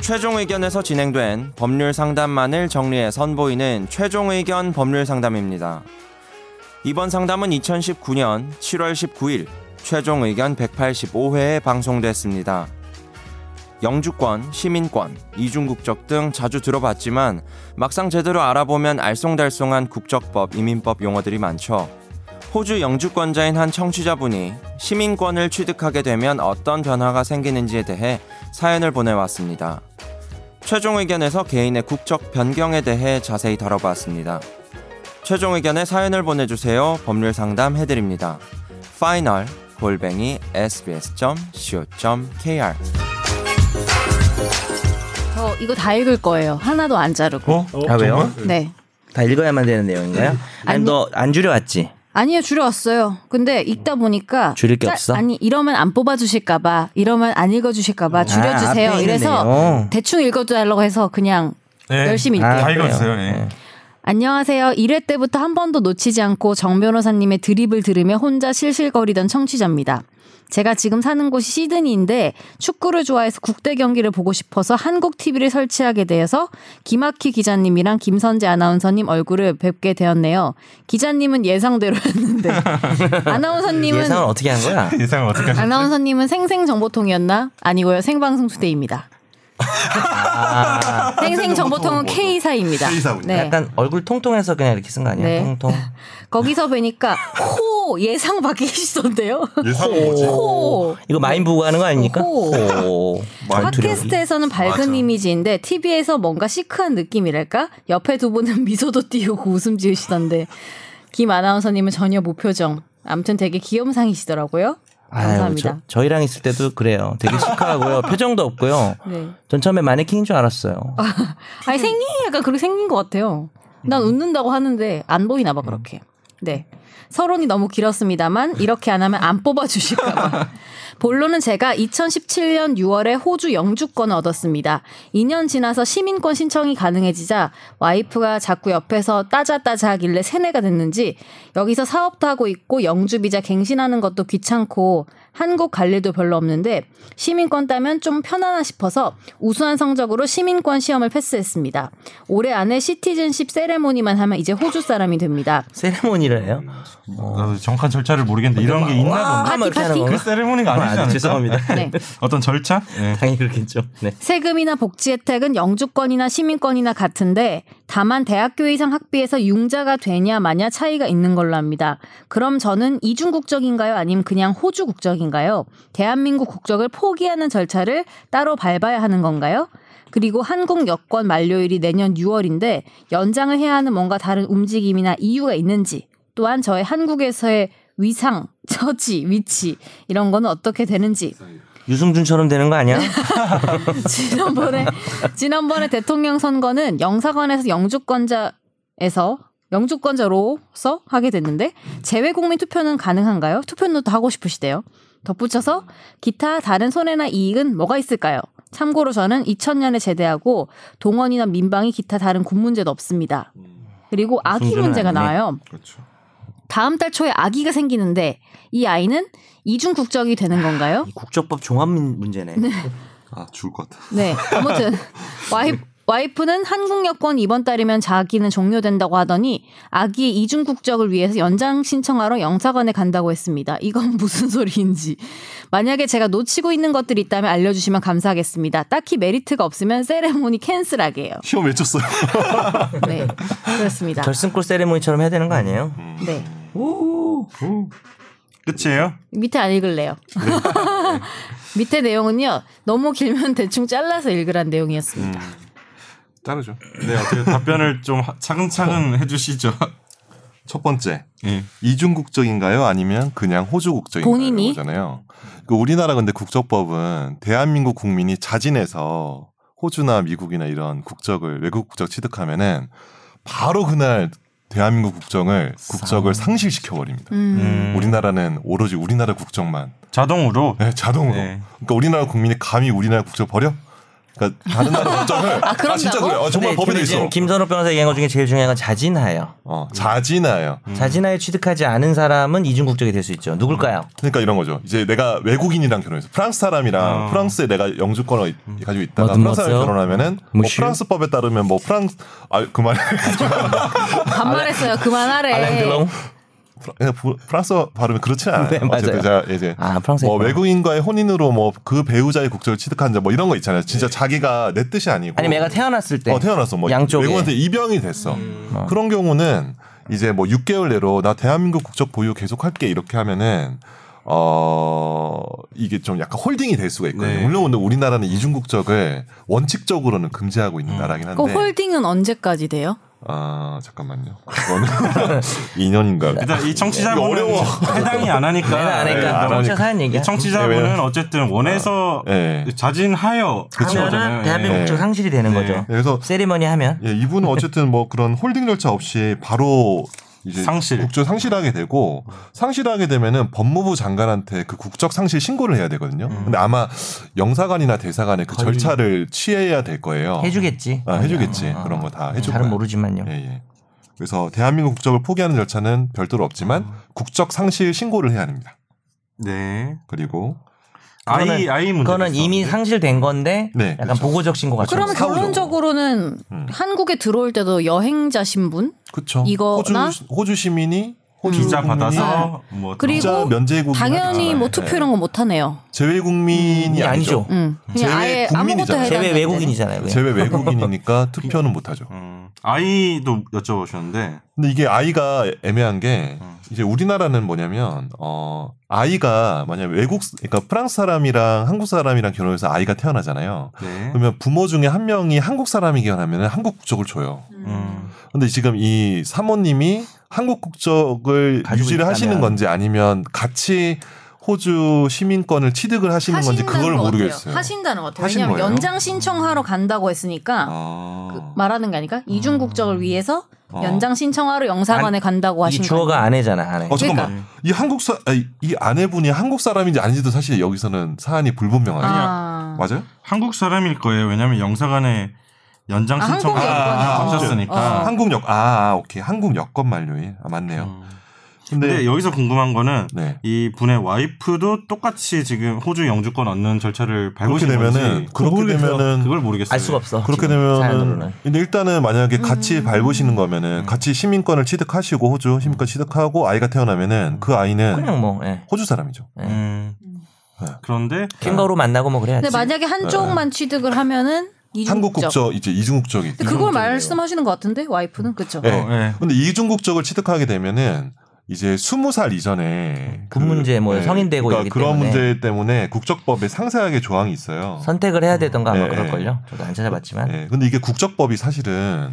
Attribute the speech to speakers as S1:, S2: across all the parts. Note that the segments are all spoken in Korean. S1: 최종 의견에서 진행된 법률 상담만을 정리해 선보이는 최종 의견 법률 상담입니다. 이번 상담은 2019년 7월 19일 최종 의견 185회에 방송됐습니다. 영주권, 시민권, 이중국적 등 자주 들어봤지만 막상 제대로 알아보면 알쏭달쏭한 국적법, 이민법 용어들이 많죠. 호주 영주권자인 한 청취자분이 시민권을 취득하게 되면 어떤 변화가 생기는지에 대해 사연을 보내왔습니다. 최종 의견에서 개인의 국적 변경에 대해 자세히 다뤄봤습니다. 최종 의견에 사연을 보내주세요. 법률 상담 해드립니다. final 골뱅이 sbs.co.kr
S2: 저 어, 이거 다 읽을 거예요. 하나도 안 자르고.
S3: 어?
S4: 아, 왜요?
S3: 정말?
S2: 네.
S4: 다 읽어야만 되는 내용인가요?
S2: 아니-
S4: 아니 뭐, 너안 줄여왔지?
S2: 아니요, 줄여왔어요. 근데 읽다 보니까
S4: 줄일 게
S2: 짤-
S4: 없어?
S2: 아니, 이러면 안 뽑아 주실까 봐. 이러면 안 읽어 주실까 봐 줄여 주세요.
S4: 아, 앞에 있는
S2: 이래서
S4: 내용.
S2: 대충 읽어 달라고 해서 그냥
S3: 네.
S2: 열심히 읽게요.
S4: 아,
S3: 다
S4: 그래요.
S3: 읽어주세요. 예.
S4: 네.
S2: 안녕하세요. 1회 때부터 한 번도 놓치지 않고 정 변호사님의 드립을 들으며 혼자 실실거리던 청취자입니다. 제가 지금 사는 곳이 시드니인데 축구를 좋아해서 국대 경기를 보고 싶어서 한국 TV를 설치하게 되어서 김학희 기자님이랑 김선재 아나운서님 얼굴을 뵙게 되었네요. 기자님은 예상대로였는데 아나운서님은
S4: 예상을 어떻게 한 거야?
S3: 네. 예상을 어떻게 하셨
S2: 아나운서님은 생생정보통이었나? 아니고요. 생방송수대입니다. 아. 생생정보통은 K사입니다.
S5: K사군요.
S4: 약간 얼굴 통통해서 그냥 이렇게 쓴 거 아니야?
S2: 네.
S4: 통통.
S2: 거기서 뵈니까 호 예상 바뀌시던데요.
S5: 예상은 뭐지?
S2: 호.
S4: 이거 마인 보고 하는 거 아닙니까?
S2: 오.
S4: 오.
S2: 팟캐스트에서는 밝은
S5: 맞아.
S2: 이미지인데 TV에서 뭔가 시크한 느낌이랄까? 옆에 두 분은 미소도 띄우고 웃음 지으시던데 김 아나운서님은 전혀 무표정. 아무튼 되게 귀염상이시더라고요. 감사합니다.
S4: 저, 희랑 있을 때도 그래요. 되게 시크하고요. 표정도 없고요.
S2: 네.
S4: 전 처음에 마네킹인 줄 알았어요.
S2: 아니 생긴 게 약간 그렇게 생긴 것 같아요. 난
S5: 음.
S2: 웃는다고 하는데 안 보이나 봐 그렇게. 네. 서론이 너무 길었습니다만 이렇게 안 하면 안 뽑아 주실까 봐. 본론은 제가 2017년 6월에 호주 영주권을 얻었습니다. 2년 지나서 시민권 신청이 가능해지자 와이프가 자꾸 옆에서 따자 따자 하길래 세뇌가 됐는지 여기서 사업도 하고 있고 영주 비자 갱신하는 것도 귀찮고 한국 갈 일도 별로 없는데 시민권 따면 좀 편하나 싶어서 우수한 성적으로 시민권 시험을 패스했습니다. 올해 안에 시티즌십 세레모니만 하면 이제 호주 사람이 됩니다.
S4: 세레모니를 해요.
S3: 나도 어, 정확한 절차를 모르겠는데 이런 게 있나 봐.
S2: 파티,
S4: 이렇게 하는
S2: 파티.
S3: 그
S4: 건가?
S3: 세레모니가 아니지
S4: 아,
S3: 않을까?
S4: 죄송합니다.
S2: 네.
S3: 어떤 절차? 예.
S4: 당연히 그렇겠죠. 네.
S2: 세금이나 복지 혜택은 영주권이나 시민권이나 같은데 다만 대학교 이상 학비에서 융자가 되냐 마냐 차이가 있는 걸로 압니다. 그럼 저는 이중 국적인가요? 아님 그냥 호주 국적인가요? 대한민국 국적을 포기하는 절차를 따로 밟아야 하는 건가요? 그리고 한국 여권 만료일이 내년 6월인데 연장을 해야 하는 뭔가 다른 움직임이나 이유가 있는지 또한 저의 한국에서의 위상, 처지, 위치 이런 거는 어떻게 되는지
S4: 유승준처럼 되는 거
S2: 네.
S4: 아니야?
S2: 지난번에 지난번에 대통령 선거는 영사관에서 영주권자에서 영주권자로서 하게 됐는데 재외 국민 투표는 가능한가요? 투표도 하고 싶으시대요. 덧붙여서 기타 다른 손해나 이익은 뭐가 있을까요? 참고로 저는 2000년에 제대하고 동원이나 민방위 기타 다른 군 문제도 없습니다. 그리고 아기
S4: 무슨
S2: 문제가
S4: 소리는 아니네.
S2: 나와요.
S5: 그렇죠.
S2: 다음 달 초에 아기가 생기는데 이 아이는 이중 국적이 되는 건가요?
S4: 이 국적법 종합 문- 문제네.
S5: 아 죽을 것 같아.
S2: 네. 아무튼 와이 와이프는 한국 여권 이번 달이면 자기는 종료된다고 하더니 아기의 이중 국적을 위해서 연장 신청하러 영사관에 간다고 했습니다. 이건 무슨 소리인지. 만약에 제가 놓치고 있는 것들이 있다면 알려주시면 감사하겠습니다. 딱히 메리트가 없으면 세레모니 캔슬하게요.
S5: 시험 외쳤어요.
S2: 네, 그렇습니다.
S4: 결승골 세레모니처럼 해야 되는 거 아니에요?
S2: 네,
S3: 끝이에요?
S2: 밑에 안 읽을래요.
S4: 네.
S2: 밑에 내용은요 너무 길면 대충 잘라서 읽으란 내용이었습니다.
S5: 자르죠.
S3: 네, 어떻게 답변을 좀 하- 차근차근 해주시죠.
S5: 첫 번째
S3: 예.
S5: 이중 국적인가요? 아니면 그냥 호주 국적인가요?
S2: 본인이?
S5: 잖아요. 그 우리나라 근데 국적법은 대한민국 국민이 자진해서 호주나 미국이나 이런 국적을 외국 국적 취득하면은 바로 그날 대한민국 국정을 국적을 상실시켜 버립니다.
S2: 음,
S5: 우리나라는 오로지 우리나라 국적만
S3: 자동으로
S5: 네, 자동으로.
S3: 네.
S5: 그러니까 우리나라 국민이 감히 우리나라 국적 버려? 그러니까 다른 나라 국적을 아,
S2: 그런다고?
S5: 진짜 그래요. 아, 정말
S4: 근데
S5: 법에도
S4: 네, 지금
S5: 있어.
S4: 김선호 변호사 얘기한 것 중에 제일 중요한 건 자진하예요.
S5: 어, 자진하예요.
S4: 자진하에 취득하지 않은 사람은 이중 국적이 될 수 있죠. 누굴까요?
S5: 그러니까 이런 거죠. 이제 내가 외국인이랑 결혼해서 프랑스 사람이랑
S3: 어.
S5: 프랑스에 내가 영주권을 가지고 있다가
S4: 맞음,
S5: 프랑스 사람이
S4: 맞아요.
S5: 결혼하면은 뭐
S4: 무슈.
S5: 프랑스법에 따르면 뭐 프랑스 아 그만
S2: 반말했어요. 그만하래.
S4: 알랭드롱?
S5: 그냥 부- 프랑스어 발음이 그렇지 않아요.
S4: 네, 맞아요.
S5: 어쨌든 제가 이제
S4: 아, 프랑스어
S5: 뭐
S4: 있구나.
S5: 외국인과의 혼인으로 뭐 그 배우자의 국적을 취득한 자 뭐 이런 거 있잖아요. 진짜 자기가 내 뜻이
S4: 네.
S5: 아니고
S4: 아니면 애가 태어났을 때.
S5: 어, 태어났어 뭐
S4: 네. 양쪽에.
S5: 외국한테 입양이 됐어.
S2: 음.
S4: 어.
S5: 그런 경우는 이제 뭐 6개월 내로 나 대한민국 국적 보유 계속할게 이렇게 하면은 어 이게 좀 약간 홀딩이 될 수가 있거든요.
S3: 네.
S5: 물론 오늘 우리나라는 이중 국적을 원칙적으로는 금지하고
S4: 음.
S5: 있는 나라긴
S2: 그
S4: 네.
S5: 한데.
S2: 홀딩은 언제까지 돼요?
S5: 아 잠깐만요. 그거는 2년인가.
S3: 일단 이 청취자분은
S5: 이거 어려워.
S3: 해당이 안 하니까.
S4: 내가 안
S5: 네,
S4: 하니까
S5: 안
S4: 너 혼자
S5: 하니까.
S4: 사는
S3: 이
S4: 얘기야.
S5: 네,
S3: 청취자분은
S5: 왜요?
S3: 어쨌든 원해서
S4: 네.
S5: 예.
S3: 자진하여
S5: 그쵸.
S3: 하면은
S4: 하면은 대한민국
S5: 네.
S4: 국적 상실이 되는
S3: 네.
S4: 거죠.
S5: 그래서
S4: 세리머니 하면.
S5: 예, 이분은 어쨌든 뭐 그런 홀딩 절차 없이 바로 이제
S3: 상실. 음.
S5: 국적 상실하게 되고 상실하게 되면은 법무부 장관한테 그 국적 상실 신고를 해야 되거든요.
S3: 음.
S5: 근데 아마 영사관이나 대사관에 그
S3: 걸리-
S5: 절차를 취해야 될 거예요.
S4: 해주겠지.
S5: 아, 해주겠지.
S4: 아,
S5: 그런 거 다 해줄
S4: 잘은
S5: 거야.
S4: 모르지만요.
S5: 예, 예. 그래서 대한민국 국적을 포기하는 절차는
S3: 음.
S5: 별도로 없지만 국적 상실 신고를 해야 합니다.
S3: 네.
S5: 그리고
S3: 아이 아이 네. 문제.
S4: 그거는 이미 상실된 건데
S5: 네,
S4: 약간
S5: 그렇죠.
S4: 보고적 신고 같은
S2: 그러면
S4: 거.
S5: 사후적으로.
S2: 결론적으로는
S5: 음.
S2: 한국에 들어올 때도 여행자 신분
S5: 그쵸.
S2: 이거나?
S5: 호주, 호주 시민이 호주
S3: 비자
S5: 국민이
S3: 받아서 뭐
S2: 그리고
S5: 비자 면제국이
S2: 당연히 뭐
S5: 되잖아요.
S2: 투표 이런 거 못 하네요.
S5: 제외 국민이
S4: 음, 아니죠.
S2: 음. 그냥
S5: 제외
S2: 아예 아무것도
S5: 국민이잖아요.
S2: 해당
S4: 제외 외국인이잖아요. 그게.
S5: 제외 외국인이니까 투표는 못하죠.
S3: 음, 아이도 여쭤보셨는데
S5: 근데 이게 아이가 애매한 게 이제 우리나라는 뭐냐면 어 아이가 만약 외국 그러니까 프랑스 사람이랑 한국 사람이랑 결혼해서 아이가 태어나잖아요.
S3: 네.
S5: 그러면 부모 중에 한 명이 한국 사람이기만 하면 한국 국적을 줘요.
S3: 음,
S5: 근데 지금 이 사모님이 한국 국적을
S4: 가지고
S5: 유지를 하시는
S4: 있다면.
S5: 건지 아니면 같이 호주 시민권을 취득을 하시는 건지 그걸
S2: 것 같아요.
S5: 모르겠어요.
S2: 하신다는 것 같아요.
S5: 하신
S2: 왜냐하면
S5: 거예요?
S2: 연장 신청하러 간다고 했으니까
S5: 아.
S2: 말하는 게 아니라 이중 국적을 위해서
S5: 어.
S2: 연장 신청하러 영사관에 간다고
S4: 이
S2: 하신 거예요. 그러니까.
S4: 주어가 아내잖아, 아내.
S5: 어 잠깐만 이 한국 사 아니, 이 아내분이 한국 사람인지 아닌지도 사실 여기서는 사안이 불분명하죠.
S2: 아.
S5: 맞아요?
S3: 한국 사람일 거예요. 왜냐면 영사관에 연장
S2: 아,
S3: 신청을
S2: 한국에
S5: 있거든요.
S3: 하셨으니까.
S2: 어.
S5: 한국 여 아, 아, 오케이 한국 여권 만료일 아 맞네요.
S3: 음.
S5: 근데
S3: 근데 여기서 궁금한 거는
S5: 네
S3: 이 분의 와이프도 똑같이 지금 호주 영주권 얻는 절차를
S5: 그렇게
S3: 밟으신
S5: 되면은
S3: 건지
S5: 그렇게 되면은
S3: 그걸 모르겠어요.
S4: 알 수가 없어.
S5: 그렇게
S4: 아, 지금
S5: 되면은
S4: 사연으로는. 네.
S5: 근데 일단은 만약에 같이
S4: 음.
S5: 밟으시는 거면은 같이 시민권을 취득하시고 호주 시민권 취득하고 아이가 태어나면은 그 아이는
S4: 음. 그냥 뭐 예.
S5: 호주 사람이죠.
S3: 음.
S5: 네.
S3: 그런데
S4: 캥거루 만나고 뭐 그래야지.
S2: 근데 만약에 한쪽만 취득을 하면은 이중
S5: 한국
S2: 국적.
S5: 국적 이제 이중국적이.
S2: 근데 그걸 말씀하시는 것 같은데 와이프는 그쵸?
S5: 네.
S3: 어, 예.
S5: 근데 이중국적을 취득하게 되면은 이제 스무 살 이전에
S4: 군 문제, 뭐 성인 되고
S5: 그러니까
S4: 이러기
S5: 그런
S4: 때문에.
S5: 문제 때문에 국적법에 상세하게 조항이 있어요.
S4: 선택을 해야 되던가 아마
S5: 예,
S4: 그럴걸요. 저도 안 찾아봤지만.
S5: 예, 근데 이게 국적법이 사실은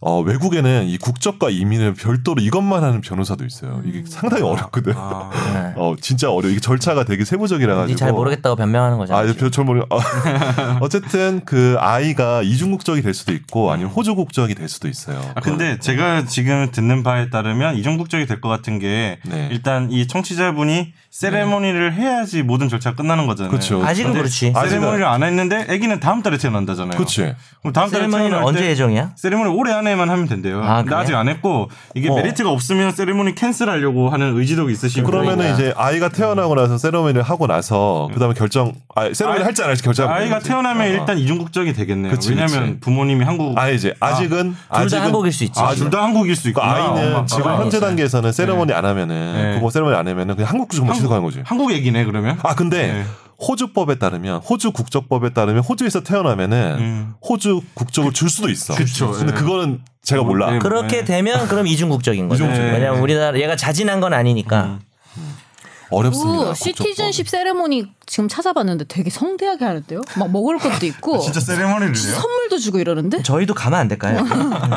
S5: 어, 외국에는 이 국적과 이민을 별도로 이것만 하는 변호사도 있어요. 이게 상당히 어렵거든.
S3: 아,
S4: 예.
S5: 어 진짜 어려. 이게 절차가 되게 세부적이라 가지고.
S4: 이잘 모르겠다고 변명하는 거잖아.
S5: 아, 별, 잘 모르. 아, 어쨌든 그 아이가 이중국적이 될 수도 있고 아니면 호주 국적이 될 수도 있어요.
S3: 아, 근데 제가 지금 듣는 바에 따르면 이중국적이 될 것 같은 게
S5: 네.
S3: 일단 이 청취자분이 세레모니를 해야지 모든 절차가 끝나는 거잖아요.
S5: 그렇죠.
S4: 아직은
S3: 근데
S4: 그렇지.
S5: 아,
S3: 세레모니를 안 했는데 아기는 다음 달에 태어난다잖아요.
S5: 그렇지.
S3: 그럼 다음 달에
S4: 세리머니는
S3: 태어날
S4: 언제
S3: 때
S4: 예정이야?
S3: 세리머니 올해 안에만 하면 된대요.
S4: 아,
S3: 근데
S4: 그래요?
S3: 아직 안 했고 이게
S5: 어.
S3: 메리트가 없으면 세리머니 캔슬하려고 하는 의지도 있으신
S5: 네, 그러면은
S3: 분이고
S5: 이제 아이가 태어나고 나서 세러머니를 하고 나서 그다음에 결정 아 세러머니
S3: 아이-
S5: 할지 안 할지 결정하면
S3: 아이가
S5: 되지.
S3: 태어나면
S5: 어.
S3: 일단 이중국적이 되겠네요.
S5: 그치,
S3: 왜냐면
S5: 그치.
S3: 부모님이 한국
S5: 아 이제 아직은
S4: 둘 다
S5: 아직은
S4: 한국일 수 있지.
S3: 아, 둘 다 한국일 수 있고
S5: 그러니까 아이는
S4: 엄마,
S5: 지금
S4: 아빠가
S5: 현재
S4: 아니지.
S5: 단계에서는 세러머니 안 하면은
S3: 네.
S5: 부모 세러머니 안 하면은 그냥 한국 국적만
S3: 한국-
S5: 취득하는 거지.
S3: 한국 얘기네 그러면.
S5: 아 근데
S3: 네.
S5: 호주법에 따르면 호주 국적법에 따르면 호주에서 태어나면은
S3: 음.
S5: 호주 국적을 줄 수도 있어.
S3: 그쵸,
S5: 근데
S3: 예.
S5: 그거는 제가 몰라.
S3: 네.
S4: 그렇게 되면 그럼 이중국적인 거죠.
S5: 이중국적이네.
S4: 왜냐면 우리나라 얘가 자진한 건 아니니까.
S5: 어렵습니다.
S2: 오, 시티즌십 세레모니 지금 찾아봤는데 되게 성대하게 하는데요? 막 먹을 것도
S5: 아, 어.
S2: 있고
S3: 진짜 세레머니를요?
S2: 진짜 선물도 주고 이러는데
S4: 저희도 가면 안 될까요? 네,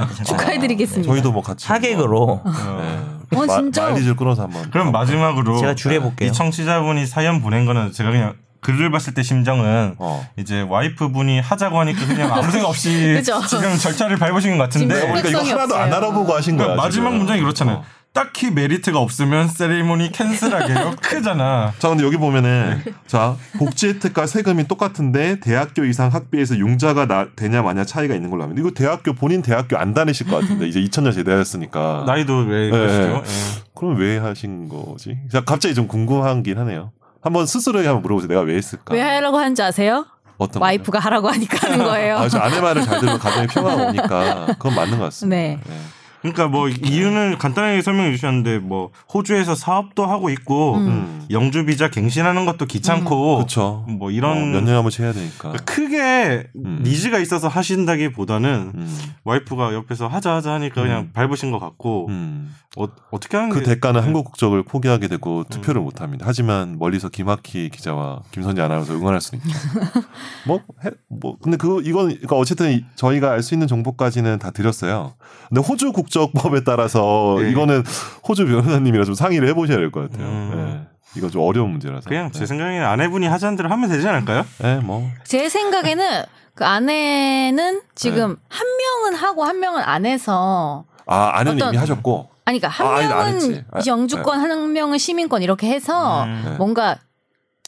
S5: 국적법.
S2: 축하해드리겠습니다.
S5: 아, 저희도 뭐 같이
S4: 사객으로
S5: 네.
S2: 어, 진짜?
S5: 말리질 끊어서 한번.
S3: 그럼 마지막으로
S4: 제가 줄여볼게요.
S3: 이 청취자분이 사연 보낸 거는 제가 그냥 글을 봤을 때 심정은
S5: 어.
S3: 이제 와이프분이 하자고 하니까 그냥 아무 생각 없이
S2: 그죠.
S3: 지금 절차를 밟으신 것
S2: 지금
S3: 같은데
S5: 그러니까 이거
S2: 성격성이
S5: 하나도
S2: 없어요.
S5: 안 알아보고 하신 거야.
S3: 그러니까 마지막
S5: 지금.
S3: 문장이 그렇잖아요.
S5: 어.
S3: 딱히 메리트가 없으면 세리머니 캔슬하게요. 크잖아.
S5: 자, 근데 여기 보면은 자 복지 혜택과 세금이 똑같은데 대학교 이상 학비에서 융자가 나- 되냐 마냐 차이가 있는 걸로 합니다. 이거 대학교 본인 대학교 안 다니실 것 같은데 이제 2000년 제대하셨으니까
S3: 나이도 왜 그러시죠? 예.
S5: 그럼 왜 하신 거지? 자, 갑자기 좀 궁금한긴 하네요. 한번 스스로에게 한번 물어보세요. 내가 왜 했을까?
S2: 왜 하려고 하는지 아세요?
S5: 어떤 거죠?
S2: 와이프가 하라고 하니까 하는 거예요.
S5: 아, 저 아내 말을 잘 들으면 가정에 평화가 오니까 그건 맞는 것 같습니다.
S2: 네.
S5: 네.
S3: 그러니까 뭐 이유는 간단하게 설명해 주셨는데 뭐 호주에서 사업도 하고 있고
S5: 음.
S3: 영주 비자 갱신하는 것도 귀찮고
S5: 그렇죠.
S3: 뭐
S5: 이런
S3: 이런
S5: 몇 년에 한 번씩 해야 되니까.
S3: 그러니까 크게
S5: 음.
S3: 니즈가 있어서 하신다기보다는
S5: 음.
S3: 와이프가 옆에서 하자 하자 하니까 그냥 밟으신 것 같고
S5: 음.
S3: 어, 떻게 하는
S5: 그
S3: 게
S5: 대가는 한국 국적을 포기하게
S3: 음.
S5: 되고 투표를 못 합니다. 하지만 멀리서 김학희 기자와 김선재 아나운서 응원할 수는 있죠. 뭐, 해, 뭐, 근데 그, 이건, 그러니까 어쨌든 이- 저희가 알 수 있는 정보까지는 다 드렸어요. 근데 호주 국적법에 따라서
S3: 예.
S5: 이거는 호주 변호사님이랑 좀 상의를 해보셔야 될 것 같아요.
S3: 음.
S5: 예. 이거 좀 어려운 문제라서.
S3: 그냥
S5: 네.
S3: 제 생각에는 아내분이 하자는 대로 하면 되지 않을까요?
S5: 예, 뭐.
S2: 제 생각에는 그 아내는 지금
S5: 네.
S2: 한 명은 하고 한 명은 안 해서
S5: 아, 아는
S2: 어떤-
S5: 이미 하셨고.
S2: 아니 그러니까 한
S5: 아, 아니, 안 했지.
S2: 명은
S5: 아,
S2: 영주권 한 명은 시민권 이렇게 해서
S3: 음.
S5: 네.
S2: 뭔가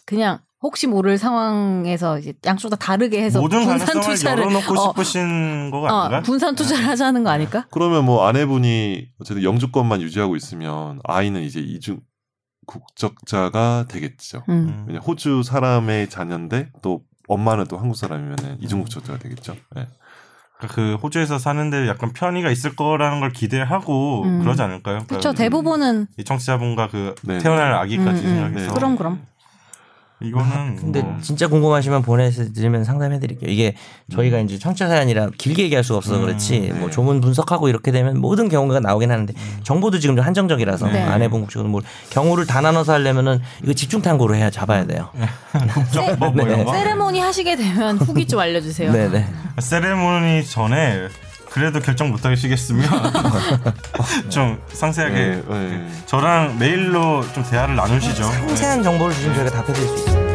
S2: 그냥 혹시 모를 상황에서 이제 양쪽 다 다르게 해서
S5: 네.
S3: 모든
S2: 분산
S3: 가능성을
S2: 투자를
S3: 열어놓고
S2: 어,
S3: 싶으신 거 아닌가? 네.
S2: 어, 분산 투자를 하자는 거 아닐까?
S5: 그러면 뭐 아내분이 어쨌든 영주권만 유지하고 있으면 아이는 이제 이중 국적자가 되겠죠.
S2: 음.
S3: 음.
S5: 왜냐 호주 사람의 자녀인데 또 엄마는 또 한국 사람이면 이중국적자가 되겠죠. 예.
S3: 그러니까 그 호주에서 사는데 약간 편의가 있을 거라는 걸 기대하고
S2: 음.
S3: 그러지 않을까요? 그러니까
S2: 그렇죠. 대부분은
S3: 이 청취자분과 그
S5: 네.
S3: 태어날 아기까지
S2: 음, 음.
S3: 생각해서
S2: 그럼, 그럼.
S3: 이거는
S4: 근데
S3: 뭐
S4: 진짜 궁금하시면 보내드리면 상담해드릴게요. 이게 저희가 이제 청취자 사연이라 길게 얘기할 수가 없어서
S3: 음,
S4: 그렇지
S5: 네.
S4: 뭐 조문 분석하고 이렇게 되면 모든 경우가 나오긴 하는데 정보도 지금 좀 한정적이라서
S2: 네.
S4: 안 해본 국적은 뭐 경우를 다 나눠서 하려면은 이거 집중 탐구로 해야 잡아야 돼요.
S3: 국적 뭐,
S5: 네.
S3: 뭐 이런 거
S2: 세레모니 하시게 되면 후기 좀 알려주세요.
S4: 네네.
S3: 세레모니 전에 그래도 결정 못 하시겠으면 좀 상세하게
S5: 예, 예.
S3: 저랑 메일로 좀 대화를 나누시죠.
S4: 상세한 정보를 주시면 저희가 답해드릴 수 있어요.